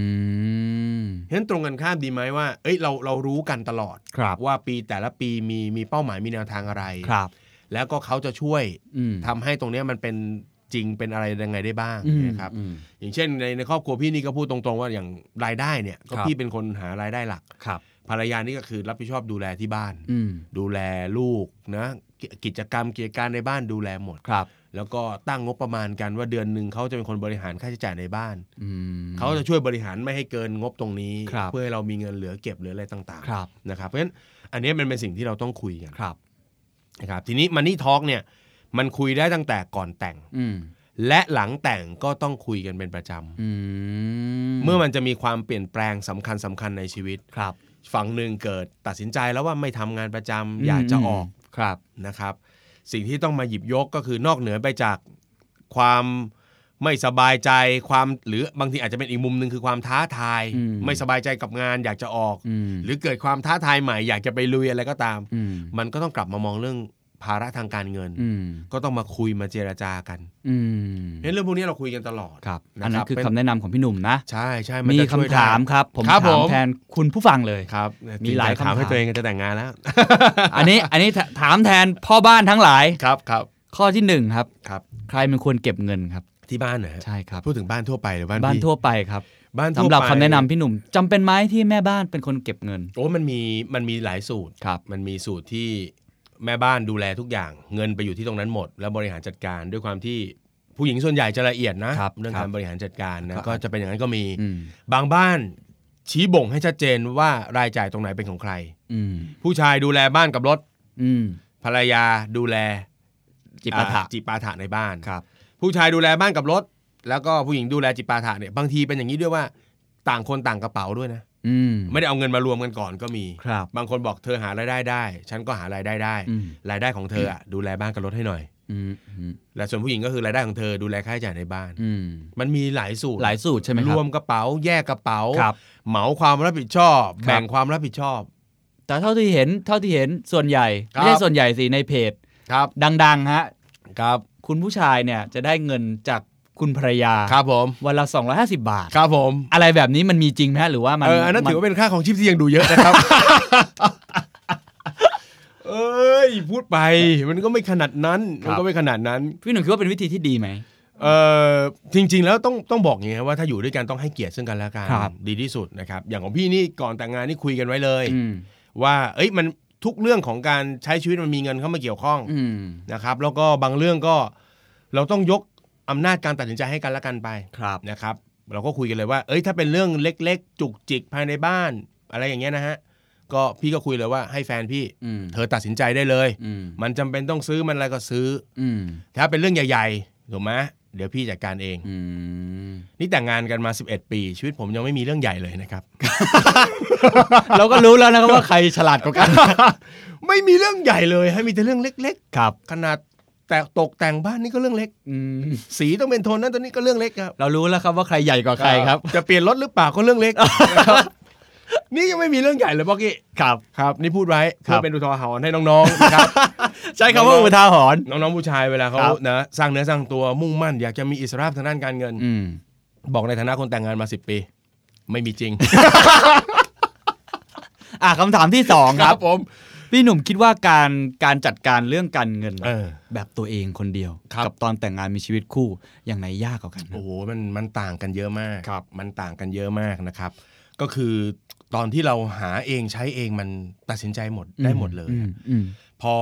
C: ม
D: เห็นตรงกันข้ามดีไหมว่า เอ้ยเราเรารู้กันตลอด
C: ครับ
D: ว่าปีแต่ละปีมีมีเป้าหมายมีแนวทางอะไร
C: ครับ
D: แล้วก็เขาจะช่วย
C: อืม
D: ทำให้ตรงเนี้ยมันเป็นจริงเป็นอะไรยังไงได้บ้าง
C: อืม
D: นะครับ
C: อืม
D: อย่างเช่นในในครอบครัวพี่นี่ก็พูดตรงๆว่าอย่างรายได้เนี่ยก็
C: ครับ
D: พี่เป็นคนหารายได้หลัก
C: ครับ
D: ภรรยานี่ก็คือรับผิดชอบดูแลที่บ้าน
C: อืม
D: ดูแลลูกนะกิกิจกรรมกิจการในบ้านดูแลหมด
C: ครับ
D: แล้วก็ตั้งงบประมาณกันว่าเดือนหนึ่งเขาจะเป็นคนบริหารค่าใช้จ่ายในบ้าน
C: อืม
D: เขาจะช่วยบริหารไม่ให้เกินงบตรงนี้
C: ครับ
D: เพื่อให้เรามีเงินเหลือเก็บเหลืออะไรต่าง
C: ครับ
D: ๆนะครับเพราะฉะนั้นอันเนี้ยมันเป็นสิ่งที่เราต้องคุยกัน
C: ครับ
D: นะครับทีนี้มันนี่ทอกเนี่ยมันคุยได้ตั้งแต่ก่อนแต่ง
C: อืม
D: และหลังแต่งก็ต้องคุยกันเป็นประจำ
C: อืม
D: เมื่อมันจะมีความเปลี่ยนแปลงสำคัญสำคัญในชีวิต
C: ครับ
D: ฝั่งหนึ่งเกิดตัดสินใจแล้วว่าไม่ทำงานประจำอยากจะออก
C: ครับ
D: นะครับ สิ่งที่ต้องมาหยิบยกก็คือนอกเหนือไปจากความไม่สบายใจความหรือบางทีอาจจะเป็นอีกมุมหนึ่งคือความท้าทาย
C: อืม
D: ไม่สบายใจกับงานอยากจะออก
C: อืม
D: หรือเกิดความท้าทายใหม่อยากจะไปลุยอะไรก็ตาม
C: อืม
D: มันก็ต้องกลับมามองเรื่องภาระทางการเงิน
C: อืม
D: ก็ต้องมาคุยมาเจรจากัน
C: อืม
D: เห็นเรื่องพวกนี้เราคุยกันตลอด
C: ครับ
D: ะ
C: อันนั้นคือ
D: เป็
C: คำแนะนำของพี่หนุ่มนะ
D: ใช่ใช่น
C: มี
D: จะ
C: คำ
D: ช่วยได้
C: ถามครับ ผม
D: ครับ
C: ถาม
D: ผม
C: แทนคุณผู้ฟังเลย
D: ครับ
C: มีหลายคำถาม
D: ให้ตัวเองจะแต่งงานแล้ว <laughs>
C: อันนี้อันนี้ถถามแทนพ่อบ้านทั้งหลาย
D: ครับครับ
C: ข้อที่หนึ่งครับ
D: ครับ
C: ใครเป็นควรเก็บเงินครับ
D: ที่บ้านนะฮะ
C: ใช่ครับ
D: พูดถึงบ้านทั่วไปหรือบ้าน
C: บ้าน
D: พี่
C: ทั่วไปครับ
D: บ้านทั่ว
C: สำ
D: ไป
C: หรับคำแนะนำพี่หนุ่มจำเป็นไหมที่แม่บ้านเป็นคนเก็บเงิน
D: โอ้มันมีมันมีหลายสูตร
C: ครับ
D: มันมีสูตรที่แม่บ้านดูแลทุกอย่าง เงินไปอยู่ที่ตรงนั้นหมด แล้วบริหารจัดการด้วยความที่ผู้หญิงส่วนใหญ่จะละเอียดนะครับ เรื่อง
C: ครับ
D: การบริหารจัดการ
C: ครั
D: นะ
C: บ
D: ก็จะเป็นอย่างนั้นก็มี
C: อืม
D: บางบ้านชี้บ่งให้ชัดเจนว่ารายจ่ายตรงไหนเป็นของใคร
C: อืม
D: ผู้ชายดูแลบ้านกับรถ
C: อืม
D: ภรรยาดูแล
C: จิปาถะ
D: อ่จิปาถะในบ้าน
C: ครับ
D: ผู้ชายดูแลบ้านกับรถ แล้วก็ผู้หญิงดูแลจิปาถะเนี่ยบางทีเป็นอย่างนี้ด้วยว่าต่างคนต่างกระเป๋าด้วยนะ
C: อืม
D: ไม่ได้เอาเงินมารวมกันก่อนก็มี
C: ครับ
D: บางคนบอกเธอหารายได้ได้ ฉันก็หารายได้ได้
C: อืม
D: รายได้ของเธออะดูแลบ้านกับรถให้หน่อย
C: อืมอืม
D: และส่วนผู้หญิงก็คือรายได้ของเธอดูแลค่าใช้จ่ายในบ้าน
C: อืม
D: มันมีหลายสูตร
C: หลายสูตรใช่ไหมค
D: ร
C: รับ
D: วมกระเป๋าแยกกระเป๋า
C: ครับ
D: เหมาความรับผิดชอบ
C: ครับ
D: แบ่งความรับผิดชอบ
C: แต่เท่าที่เห็นเท่าที่เห็นส่วนใหญ่
D: ครับ
C: ไม่ใช่ส่วนใหญ่สิในเพจ
D: ครับ
C: ดัง ๆ ฮะ
D: ครับ
C: คุณผู้ชายเนี่ยจะได้เงินจากคุณภรรยา
D: ครับผม
C: วันละ 250 บาท
D: ครับผม
C: อะไรแบบนี้มันมีจริงไหมฮะหรือว่ามัน
D: เอออันนั้น
C: มั
D: ถือว่าเป็นค่าของชีพที่ยังดูเยอะนะครับ เอ้ยพูดไปมันก็ไม่ขนาดนั้นมันก็ไม่ขนาดนั้น
C: พี่หนุ่มคิดว่าเป็นวิธีที่ดีไหม
D: เอ่อจริง ๆ แล้วต้องต้องบอกอย่างนี้ครับว่าถ้าอยู่ด้วยกันต้องให้เกียรติซึ่งกันและกัน
C: ครับ
D: ดีที่สุดนะครับ อย่างของพี่นี่ก่อนแต่งงานนี่คุยกันไว้เลย
C: อืม
D: ว่าเอ้ยมันทุกเรื่องของการใช้ชีวิตมันมีเงินเข้ามาเกี่ยวข้อง
C: อืม
D: นะครับ แล้วก็บางเรื่องก็เราต้องยกอำนาจการตัดสินใจให้กันและกันไป
C: ครับ
D: นะครับ เราก็คุยกันเลยว่า เอ้ยถ้าเป็นเรื่องเล็ก ๆ จุกจิกภายในบ้าน อะไรอย่างเงี้ยนะฮะก็พี่ก็คุยเลยว่าให้แฟนพี่
C: อืม
D: เธอตัดสินใจได้เลย
C: อืม
D: มันจำเป็นต้องซื้อมันอะไรก็ซื้อ
C: อืม
D: ถ้าเป็นเรื่องใหญ่ๆถูกไหมเดี๋ยวพี่จัดการเอง
C: อืม
D: นี่แต่งงานกันมา 11 ปี ชีวิตผมยังไม่มีเรื่องใหญ่เลยนะครับ
C: เราก็รู้แล้วนะครับว่าใครฉลาดกว่ากัน
D: <laughs> ไม่มีเรื่องใหญ่เลยให้มีแต่เรื่องเล็ก
C: ครับ
D: ๆ ขนาดแต่ตกแต่งบ้านนี่ก็เรื่องเล็ก
C: อืม
D: สีต้องเป็นโทนนั้นตัวนี้ก็เรื่องเล็กครับ
C: เรารู้แล้วครับว่าใครใหญ่กว่าใครครับ
D: จะเปลี่ยนรถหรือเปล่าก็เรื่องเล็กนะครับนี่ยังไม่มีเรื่องใหญ่เลยบอกกี้
C: ครับ
D: ครับ นี่พูดไว้
C: ครั
D: เพื่อบ เป็นอุทาหรณ์ให้น้องๆนะครับ
C: <laughs> ใช้คำว่าอุทาหรณ์
D: น้องๆผู้ชายเวลาเขา
C: ครับ
D: นะสร้างเนื้อสร้างตัวมุ่งมั่น อยากจะมีอิสรภาพทางด้านการเงิน
C: อืม
D: บอกในฐานะคนแต่งงานมา 10 ปี ไม่มีจริง
C: อ่ะคำถามที่สองครับ
D: ผม
C: พี่หนุ่มคิดว่าการการจัดการเรื่องการเงิน
D: เออ
C: แบบตัวเองคนเดียว
D: ครับ
C: กัตอนแต่งงานมีชีวิตคู่อย่างไหนยากกว่ากันนะ
D: โอ้โหมันมันต่างกันเยอะมากครับ มันต่างกันเยอะมากนะครับ ก็คือตอนที่เราหาเองใช้เองมันตัดสินใจหมดได้หมดเลย
C: อื
D: อะ
C: มอืม
D: พอ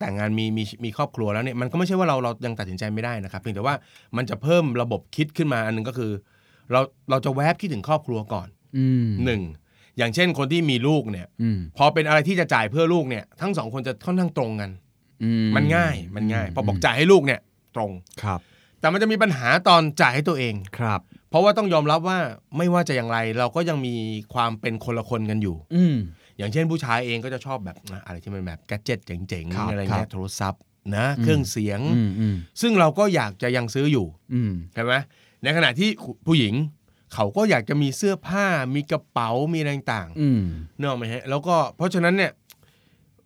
D: แต่งงานมีมีมีครอบครัวแล้วเนี่ยมันก็ไม่ใช่ว่าเราเรายังตัดสินใจไม่ได้นะครับเพียงแต่ว่ามันจะเพิ่มระบบคิดขึ้นมาอันหนึงก็คือ เราเราจะแวบคิดถึงครอบครัวก่อน
C: อืม
D: หนึ่งอย่างเช่นคนที่มีลูกเนี่ย
C: อืม
D: พอเป็นอะไรที่จะจ่ายเพื่อลูกเนี่ยทั้งสองคนจะค่อนข้างตรงกัน
C: อื
D: มันง่ายมันง่าย พอบอกจ่ายให้ลูกเนี่ยตรง
C: ครับ
D: แต่มันจะมีปัญหาตอนจ่ายให้ตัวเอง
C: ครับ
D: เพราะว่าต้องยอมรับว่าไม่ว่าจะอย่างไร เราก็ยังมีความเป็นคนละคนกันอยู่
C: อืม
D: อย่างเช่นผู้ชายเองก็จะชอบแบบอ่ะอะไรที่มันแบบแกดเจิตเจ๋ง
C: ครับ
D: ๆอะไร
C: ครั
D: เงี้ย
C: บ
D: โทรศัพท์นะเครื่องเสียง
C: อืมอืม
D: ซึ่งเราก็อยากจะยังซื้ออยู่
C: อืม
D: ใช่ไหมในขณะที่ผู้หญิง เขาก็อยากจะมีเสื้อผ้ามีกระเป๋ามีอะไรต่าง
C: อืม
D: ๆเนกอะไหมฮะแล้วก็เพราะฉะนั้นเนี่ย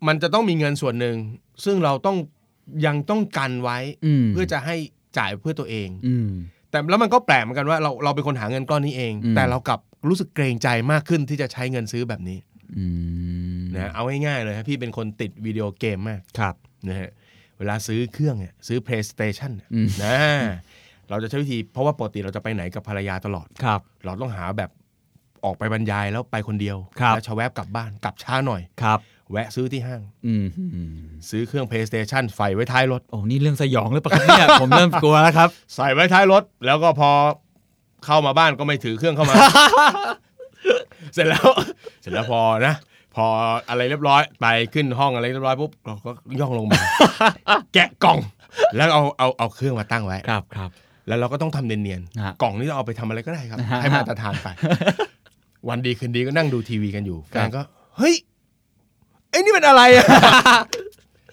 D: มันจะต้องมีเงินส่วนหนึ่ง ซึ่งเราต้องยังต้องกันไว้
C: อืม
D: เพื่อจะให้จ่ายเพื่อตัวเอง
C: อืม
D: แต่แล้วมันก็แปลกเหมือนกันว่าเราเราเป็นคนหาเงินก้อนนี้เอง
C: อืม
D: แต่เรากลับรู้สึกเกรงใจมากขึ้นที่จะใช้เงินซื้อแบบนี้
C: อืม
D: นะเอาง่ายๆเลยครับพี่เป็นคนติดวิดีโอเกมมาก
C: ครับ
D: นะฮะเวลาซื้อเครื่องเนี่ยซื้อ PlayStation เนี่ย
C: อืม
D: นะเราจะใช้วิธีเพราะว่าปกติเราจะไปไหนกับภรรยาตลอด
C: ครับ
D: เราต้องหาแบบออกไปบรรยายแล้วไปคนเดียว
C: ครับ
D: แล้วชะแวบกลับบ้านกลับช้าหน่อย
C: ครับ
D: แวะซื้อที่ห้าง
C: อืมอืม
D: ซื้อเครื่อง PlayStation ใส่ไว้ท้ายรถ
C: โอ้นี่เรื่องสยองหรือเปล่าครับเนี่ย ผมเริ่มกลัวแล้วครับ
D: ใส่ไว้ท้ายรถ แล้วก็พอเข้ามาบ้านก็ไม่ถือเครื่อง
C: <laughs>
D: เข้ามา เสร็จแล้ว เสร็จแล้วพอนะ พออะไรเรียบร้อยไปขึ้นห้องอะไรเรียบร้อยปุ๊บเราก็ย่องลงมา
C: <laughs>
D: แกะกล่อง แล้วเอาเอาเอาเครื่องมาตั้งไว้
C: ครับครับ
D: แล้วเราก็ต้องทำเนียน
C: ฮะ
D: ๆกล่องนี้เราเอาไปทำอะไรก็ได้ครับ
C: ฮะ
D: ให้มาตรฐานไป <laughs> วันดีคืนดีก็นั่งดูทีวีกันอยู่
C: ครับ
D: แฟนก็ เฮ้ยไอ้นี่มันอะไร
C: <laughs>
D: อะ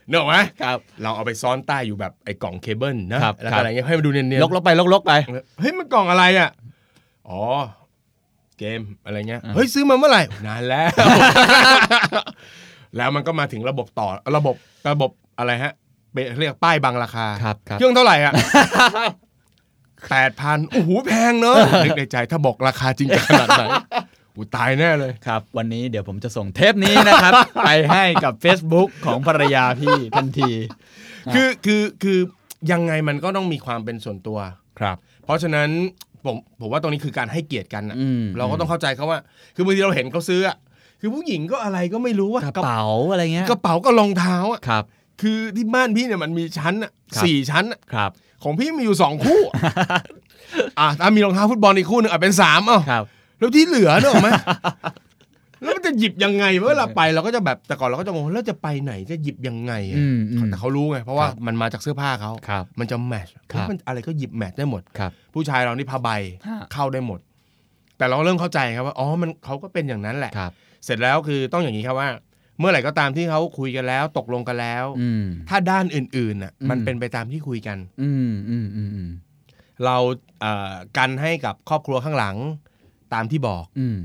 D: เนกอะไหม
C: ครับ
D: เราเอาไปซ้อนใต้อยู่แบบไอ้กล่องเคเบิลนะครับ แล้ว
C: ครั
D: ก็
C: บ
D: อะไรเงี้ยให้มันดูเนียนๆ
C: ลกลกไปลกลกไป
D: เฮ้ยมันกล่องอะไรอ่ะ อ๋อ เกมอะไรเงี้ย
C: อ่า
D: เฮ้ยซื้อมาเมื่อไหร่นาน
C: <laughs>
D: แล้ว แล้วมันก็มาถึงระบบต่อระบบระบบอะไรฮะเปเรียกป้ายบางราคา
C: ครับครับ
D: เครื่องเท่าไหร่
C: <laughs>
D: อ่ะ แปดพันโอ้โหแพงเนอะ นึกในใจถ้าบอกราคาจริงจะขนาด
C: <laughs>
D: ไหนอูตายแน่เลย
C: ครับ วันนี้เดี๋ยวผมจะส่งเทปนี้นะครับ <laughs> ไปให้กับ Facebook ของภรรยาพี่ทันที
D: คือคือคือยังไงมันก็ต้องมีความเป็นส่วนตัว
C: ครับ
D: เพราะฉะนั้นผมผมว่าตรงนี้คือการให้เกียรติกันน่ะ
C: อืม
D: เราก็ต้องเข้าใจเขาว่า คือบางทีเราเห็นเขาซื้ออะคือผู้หญิงก็อะไรก็ไม่รู้ว่าก ก
C: ระเป๋าอะไรเงี้ย
D: กระเป๋ากับรองเท้าอะ
C: ครับ
D: คือที่บ้านพี่เนี่ยมันมีชั้นอะ
C: ครับ
D: สี่ชั้นอะ
C: ครับ
D: ของพี่มีอยู่สองคู่
C: <laughs>
D: อ่ะถ้ามีรองเท้าฟุตบอลอีกคู่หนึ่งอ่ะเป็นสามเอ้า
C: ครับ
D: แล้วที่เหลือเนอะไหม <laughs> แล้วมันจะหยิบยังไงเวลาไปเราก็จะแบบแต่ก่อนเราก็จะงงแล้วจะไปไหนจะหยิบยังไงอะ
C: อืมอืม
D: แต่เขารู้ไงเพราะว่า
C: ครับ
D: มันมาจากเสื้อผ้าเขา
C: ครับ
D: มันจะแมทช์
C: ครับ
D: มันอะไรก็หยิบแมทช์ได้หมด
C: ครับ
D: ผู้ชายเรานี่ผ้าใบ
C: ฮะ
D: เข้าได้หมด แต่เราก็เริ่มเข้าใจครับว่าอ๋อมันเขาก็เป็นอย่างนั้นแหละ
C: ครับ
D: เสร็จแล้วคือต้องอย่างนี้ครับว่า เมื่อไหร่ก็ตามที่เขาคุยกันแล้ว ตกลงกันแล้ว
C: อืม
D: ถ้าด้านอื่นๆน่ะ
C: อืม
D: มันเป็นไปตามที่คุยกัน
C: อืมอืมอืมอืม
D: เราเอ่อกันให้กับครอบครัวข้างหลัง ตามที่บอก
C: อืม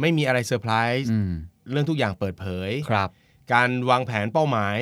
D: ไม่มีอะไรเซอร์ไพรส์
C: อืม
D: เรื่องทุกอย่างเปิดเผย
C: ครับ
D: การวางแผนเป้าหมาย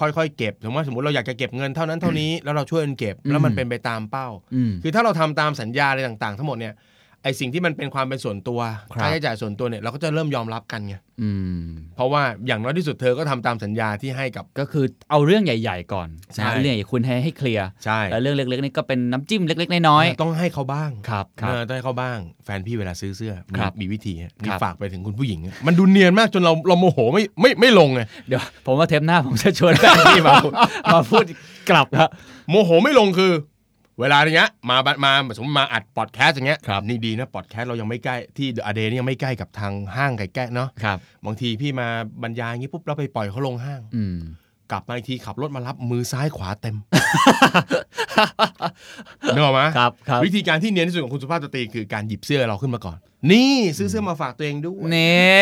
D: ค่อยๆ เก็บสมมติว่าสมมติเราอยากจะเก็บเงินเท่านั้นเท่านี้แล้วเราช่วยกันเก็บแล้วมันเป็นไปตามเป้า
C: อืม
D: คือถ้าเราทำตามสัญญาอะไรต่างๆ ทั้งหมดเนี่ยไอสิ่งที่มันเป็นความเป็นส่วนตัว
C: ครับ
D: ค่าใช้จ่ายส่วนตัวเนี่ยเราก็จะเริ่มยอมรับกันไง
C: อืม
D: เพราะว่าอย่างน้อยที่สุดเธอก็ทำตามสัญญาที่ให้กับ
C: ก็คือเอาเรื่องใหญ่ ๆ ก่อน
D: ใช่
C: นะเรื่องใหญ่คุณให้ให้เคลียร์
D: ใช่
C: แล้วเรื่องเล็กๆนี่ก็เป็นน้ำจิ้มเล็ก ๆ น้อย
D: ต้องให้เขาบ้าง
C: ๆครับครับ
D: เออต้องให้เขาบ้าง แฟนพี่เวลาซื้อเสื้อมี
C: ครับ
D: มีวิธีฮะนี่
C: ครับ
D: ฝากไปถึงคุณผู้หญิงอะมันดูเนียนมากจนเราเราโมโหไม่ไม่ไม่ลงไง
C: เดี๋ยวผมว่าเทปหน้าผมจะชวนแฟนพี่มา มาพูด <laughs> กลับละ
D: โมโหไม่ลงคือ เวลาอย่างเงี้ยมามามาสมมติมาอัดพอดแคสต์อย่างเงี้ยนี่ดีนะพอดแคสต์เรายังไม่ใกล้ที่อเดนี่ยังไม่ใกล้กับทางห้างไก่แก้เนาะ
C: ครับ
D: บางทีพี่มาบรรยายอย่างงี้ปุ๊บเราไปปล่อยเขาลงห้าง
C: อืม
D: กลับมาอีกทีขับรถมารับมือซ้ายขวา
C: <laughs>
D: เต็ม นึกออกไหม
C: ครับครับ
D: วิธีการที่เนียนที่สุดของคุณสุภาพสตรีคือการหยิบเสื้อเราขึ้นมาก่อน นี่ซื้อเสื้อมาฝากตัวเองด้วย
C: นี่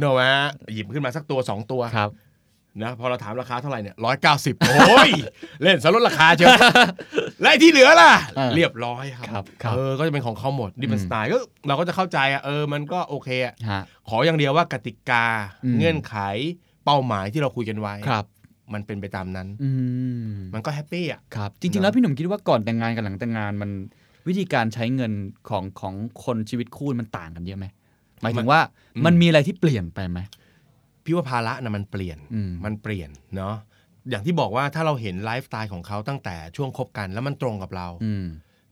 D: นึกออกไหมหยิบขึ้นมาสักตัวสองตัว
C: ครับ
D: นะพอเราถามราคาเท่าไหร่เนี่ยร้อยเก้าสิบโอ้
C: <laughs>
D: ย เล่นสลดราคาเชียวและไอ้ที่เหลือล่ะ
C: อ่า
D: เรียบร้อยครับ
C: ครับครับ
D: เออก็จะเป็นของเขาหมดนี่เป็นสไตล์ก็เราก็จะเข้าใจอ่ะเออมันก็โอเคอ่ะ
C: ฮะ
D: ขออย่างเดียวว่ากติกา
C: อืม
D: เงื่อนไขเป้าหมายที่เราคุยกันไว้
C: ครับ
D: มันเป็นไปตามนั้น
C: อืม
D: มันก็แฮปปี้อ่ะ
C: ครับ จริง ๆ แล้วพี่หนุ่มคิดว่าก่อนแต่งงานกับหลังแต่งงานมันวิธีการใช้เงินของของคนชีวิตคู่มันต่างกันเยอะไหมหมายถึงว่ามันมีอะไรที่เปลี่ยนไปไหม
D: พี่ว่าภาระนะมันเปลี่ยน
C: อืม
D: มันเปลี่ยนเนาะอย่างที่บอกว่าถ้าเราเห็นไลฟ์สไตล์ของเขาตั้งแต่ช่วงคบกันแล้วมันตรงกับเรา
C: อืม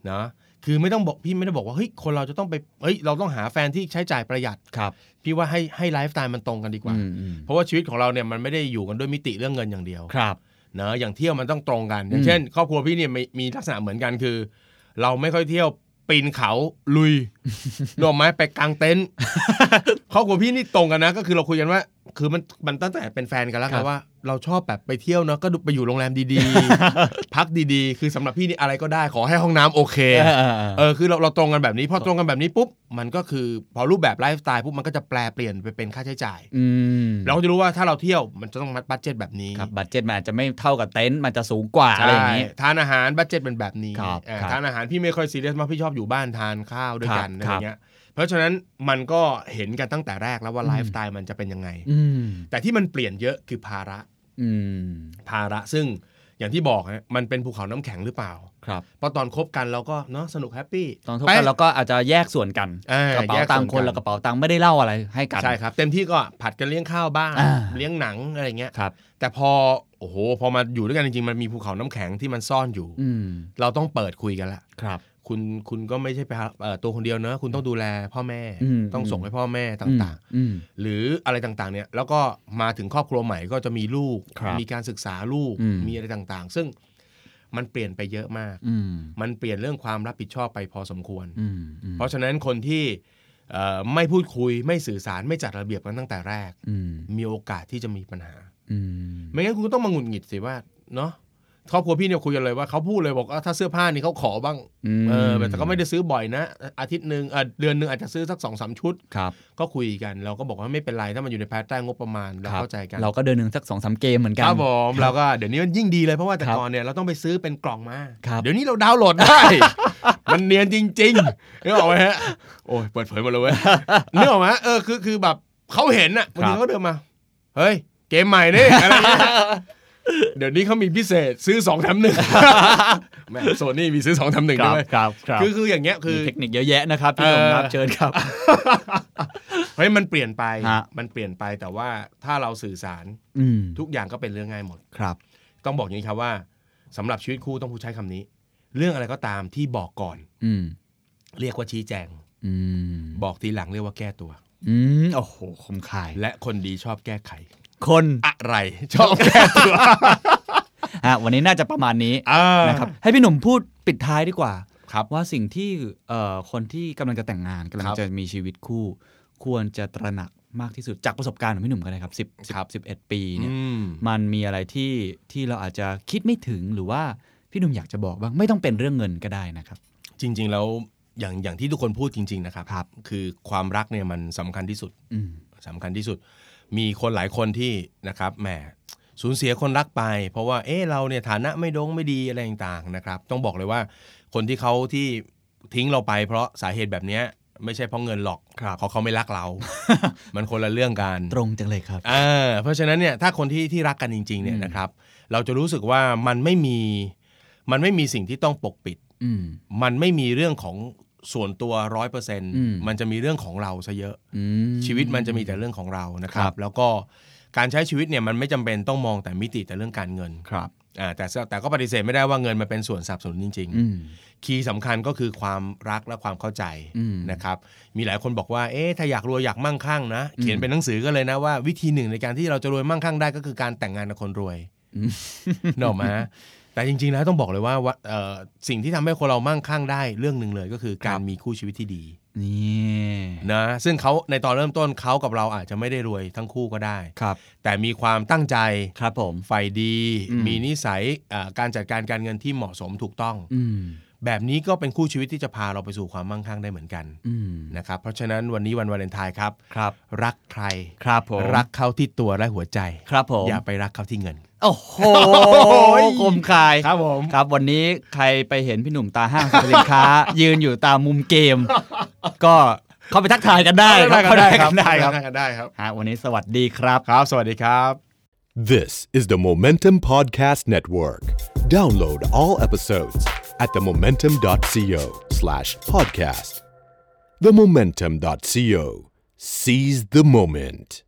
D: นะคือไม่ต้องบอกพี่ไม่ได้บอกว่าเฮ้ยคนเราจะต้องไปเฮ้ยเราต้องหาแฟนที่ใช้จ่ายประหยัด
C: ครับ
D: พี่ว่าให้ให้ไลฟ์สไตล์มันตรงกันดีกว่า
C: อืมอืม
D: เพราะว่าชีวิตของเราเนี่ยมันไม่ได้อยู่กันด้วยมิติเรื่องเงินอย่างเดียว
C: ครับ
D: นะอย่างเที่ยวมันต้องตรงกัน อย่า
C: อื
D: ง
C: ม
D: เช่น ครอบครัวพี่เนี่ยมีมีลักษณะเหมือนกันคือ เราไม่ค่อยเที่ยวปีนเขาลุ
C: <laughs>
D: ย รวมไหมไปกางเต็นท์ ครอบครัวพี่นี่ตรงกันนะ ก็คือเราคุยกันว่า คือมันมันตั้งแต่เป็นแฟนกันแล้วครับว่า เราชอบแบบไปเที่ยวเนาะก็ดูไปอยู่โรงแรมดีๆ
C: <laughs>
D: พักดีๆ คือสำหรับพี่นี่อะไรก็ได้ขอให้ห้องน้ำโอเค
C: เออเออเออ
D: เออคือเราเราตรงกันแบบนี้พอตรงกันแบบนี้ปุ๊บมันก็คือพอรูปแบบไลฟ์สไตล์ปุ๊บมันก็จะแปลเปลี่ยนไปเป็นค่าใช้จ่าย
C: อืม
D: เราก็จะรู้ว่าถ้าเราเที่ยวมันจะต้องมัดบัตเจ็ตแบบนี้
C: ครับบัตเจ็ตมันอาจจะไม่เท่ากับเต็นท์มันจะสูงกว่าอะไรอย่างนี้
D: ใช่ทานอาหารบัตเจ็ตเป็นแบบนี้
C: ครับ
D: เออ
C: ครับ
D: ทานอาหารพี่ไม่ค่อยซีเรียสมากพี่ชอบอยู่บ้านทานข้าวด้วยกัน
C: ครับ
D: อะไรเงี้ยเพราะฉะนั้นมันก็เห็นกันตั้งแต่แรกแล้วว่าไลฟ์สไตล์มันจะเป็นยังไง
C: อืม
D: แต่ที่มันเปลี่ยนเยอะคือภาระ
C: อืม
D: ภาระซึ่งอย่างที่บอกฮะมันเป็นภูเขาน้ำแข็งหรือเปล่า
C: ครับ
D: เพราะตอนคบกันเราก็เนาะสนุกแฮปปี้
C: ตอนทุกกันเราก็อาจจะแยกส่วนกัน
D: อ่
C: กระเป๋า
D: แย
C: ตัง
D: ส่
C: ค์
D: ว
C: คนละ
D: กั
C: กระเป๋าตังค์ไม่ได้เล่าอะไรให้กัน
D: ใช่ครับ เต็มที่ก็ผัดกันเลี้ยงข้าวบ้าง
C: อ่า
D: เลี้ยงหนังอะไรเงี้ย
C: ครับ
D: แต่พอโอ้โหพอมาอยู่ด้วยกันจริงๆ มันมีภูเขาน้ำแข็งที่มันซ่อนอยู่
C: อืม
D: เราต้องเปิดคุยกันละ
C: ครับ
D: คุณคุณก็ไม่ใช่ไปหาเอ่อตัวคนเดียวเนอะคุณต้องดูแลพ่อแม่
C: อืม
D: ต้องส่งให้พ่อแม่ต่าง
C: อืม
D: ๆ หรืออะไรต่างๆเนี่ยแล้วก็มาถึงครอบครัวใหม่ก็จะมีลูก
C: ครับ
D: มีการศึกษาลูก
C: อืม
D: มีอะไรต่างๆ ซึ่งมันเปลี่ยนไปเยอะมาก
C: อืม
D: มันเปลี่ยนเรื่องความรับผิดชอบไปพอสมควร
C: อืมอืม
D: เพราะฉะนั้นคนที่เอ่อไม่พูดคุยไม่สื่อสารไม่จัดระเบียบกันตั้งแต่แรก
C: อืม
D: มีโอกาสที่จะมีปัญหา
C: อืม
D: ไม่งั้นคุณก็ต้องมาหงุดหงิดสิว่าเนาะครอบครัวพี่เนี่ยคุยกันเลยว่าเขาพูดเลยบอกว่าถ้าเสื้อผ้านี่เขาขอบ้างเออแต่ก็ไม่ได้ซื้อบ่อยนะ อาทิตย์หนึ่งเอ่อเดือนหนึ่งอาจจะซื้อสักสองสามชุด
C: ครับ
D: ก็คุยกัน เราก็บอกว่าไม่เป็นไรถ้ามันอยู่ในแพทใต้งบประมาณเรา
C: ครับ
D: เข้าใจกัน
C: เราก็เดินหนึ่งสักสองสามเกมเหมือนกั
D: ครับผมเราก็เดี๋ยวนี้มันยิ่งดีเลยเพราะว่าแต่
C: ครับ
D: ก่อนเนี่ยเราต้องไปซื้อเป็นกล่องมา
C: ครับ
D: เดี๋ยวนี้เราดาวน์โหลดได้ <laughs> มันเนียนจริงๆนึกออกไหมฮะโอ้ยเปิดเผยหมดเลยเว้ยนึกออกไหมเออคือคือแบบเขาเห็นอ่ะบางทีเขาก็เดินมา เฮ้ย เกมใหม่นี่อะไรเงี้ยเดี๋ยวนี้เขามีพิเศษซื้อสองแถมหนึ่ง <laughs> แหม่โซนี่มีซื้อสองแถมหนึ่ง
C: ค
D: ด้
C: รับ
D: วย
C: ครับครับ
D: คือคืออย่างเงี้ยคื
C: มี
D: อ
C: เทคนิคเยอะแยะนะครับพี่
D: เออ
C: สมรับเชิญครับ
D: เฮ้ยมันเปลี่ยนไป
C: ฮะ
D: มันเปลี่ยนไปแต่ว่าถ้าเราสื่อสาร
C: อืม
D: ทุกอย่างก็เป็นเรื่องง่ายหมด
C: ครับ
D: ต้องบอกอย่างนี้ครับว่าสำหรับชีวิตคู่ต้องผู้ใช้คำนี้ เรื่องอะไรก็ตามที่บอกก่อน
C: อืม
D: เรียกว่าชี้แจง
C: อืม
D: บอกทีหลังเรียกว่าแก้ตัว
C: อืมโอ้โหคมคาย
D: และคนดีชอบแก้ไข
C: คน
D: อะไร ชอบแก้
C: <laughs>
D: ตัว
C: อ่ะวันนี้น่าจะประมาณนี้
D: อ่า
C: นะครับให้พี่หนุ่มพูดปิดท้ายดีกว่า
D: ครับ
C: ว่าสิ่งที่เอ่อคนที่กำลังจะแต่งงานกำลัง
D: ครับ
C: จะมีชีวิตคู่ ควรจะตระหนักมากที่สุดจากประสบการณ์ของพี่หนุ่มก็ได้ครับ10
D: ครับ
C: 10 11 ปีเนี่ย
D: อืม
C: มันมีอะไรที่ที่เราอาจจะคิดไม่ถึงหรือว่าพี่หนุ่มอยากจะบอกบ้างไม่ต้องเป็นเรื่องเงินก็ได้นะครับ
D: จริง ๆ แล้วอย่างอย่างที่ทุกคนพูดจริง ๆ นะครับ
C: ครับ
D: คือความรักเนี่ยมันสำคัญที่สุด
C: อืม
D: สำคัญที่สุด มีคนหลายคนที่นะครับแหมสูญเสียคนรักไป เพราะว่าเอ๊ะเราเนี่ยฐานะไม่ดงไม่ดีอะไรต่างๆนะครับ ต้องบอกเลยว่าคนที่เขาที่ทิ้งเราไป เพราะสาเหตุแบบเนี้ยไม่ใช่เพราะเงินหรอก
C: ครับ
D: เพราะเขาไม่รัก
C: <laughs>
D: เรา มันคนละเรื่องกัน
C: ตรงจังเลยครับ
D: เออเพราะฉะนั้นเนี่ยถ้าคนที่ที่รักกันจริงๆเนี่ย
C: อืม
D: นะครับ เราจะรู้สึกว่ามันไม่มีมันไม่มีสิ่งที่ต้องปกปิด
C: อืม
D: มันไม่มีเรื่องของส่วนตัวร้อยเปอร์เซ็นต์
C: ม
D: มันจะมีเรื่องของเราซะเยอะ
C: อื
D: ชีวิตมันจะมีแต่เรื่องของเรานะครั
C: ครับ บ
D: แล้วก็การใช้ชีวิตเนี่ยมันไม่จำเป็นต้องมองแต่มิติแต่เรื่องการเงิน
C: ครับ
D: อ่าแต่แต่ก็ปฏิเสธไม่ได้ว่าเงินมันเป็นส่วนสนับสนุนจริง ๆ
C: อืม
D: คีย์สำคัญก็คือความรักและความเข้าใจ
C: อืม
D: นะครับ มีหลายคนบอกว่า เอ๊ะถ้าอยากรวยอยากมั่งคั่งนะ เขียนเป็นหนังสือก็เลยนะว่าวิธีหนึ่งในการที่เราจะรวยมั่งคั่งได้ก็คือการแต่งงานกับคนรวย
C: อืม
D: เนกอะมาแต่จริงๆแล้วต้องบอกเลยว่าว่าเอ่อสิ่งที่ทำให้คนเรามั่งคั่งได้เรื่องหนึ่งเลยก็คือการมีคู่ชีวิตที่ดี
C: นี่
D: นะซึ่งเขาในตอนเริ่มต้นเขากับเราอาจจะไม่ได้รวยทั้งคู่ก็ได้
C: ครับ
D: แต่มีความตั้งใจ
C: ครับผม
D: ใฝ่ดี
C: อืม
D: มีนิสัยเอ่อการจัดการการเงินที่เหมาะสมถูกต้อง
C: อืม
D: แบบนี้ก็เป็นคู่ชีวิตที่จะพาเราไปสู่ความมั่งคั่งได้เหมือนกัน
C: อืม
D: นะครับ เพราะฉะนั้นวันนี้วันวาเลนไทน์ครับ
C: ครับ
D: รักใคร
C: ครับผม
D: รักเขาที่ตัวและหัวใจ
C: ครับผม
D: อย่าไปรักเขาที่เงิน
C: โอ้โหคมคาย
D: ครับผม
C: ครับวันนี้ใครไปเห็นพี่หนุ่มตาห้างสรรพสิน <laughs> ค้า ยืนอยู่ตามมุมเกม ก็เข้าไปทักทายกันได้ครับเข้าได้กันได้ครับ
D: ได้ครับ
C: ฮะวันนี้สวัสดีครับ
D: ครับ สวัสดีครับ
A: This is the Momentum Podcast Network. Download all episodes at themomentum.co slash podcast. Themomentum.co. Seize the moment.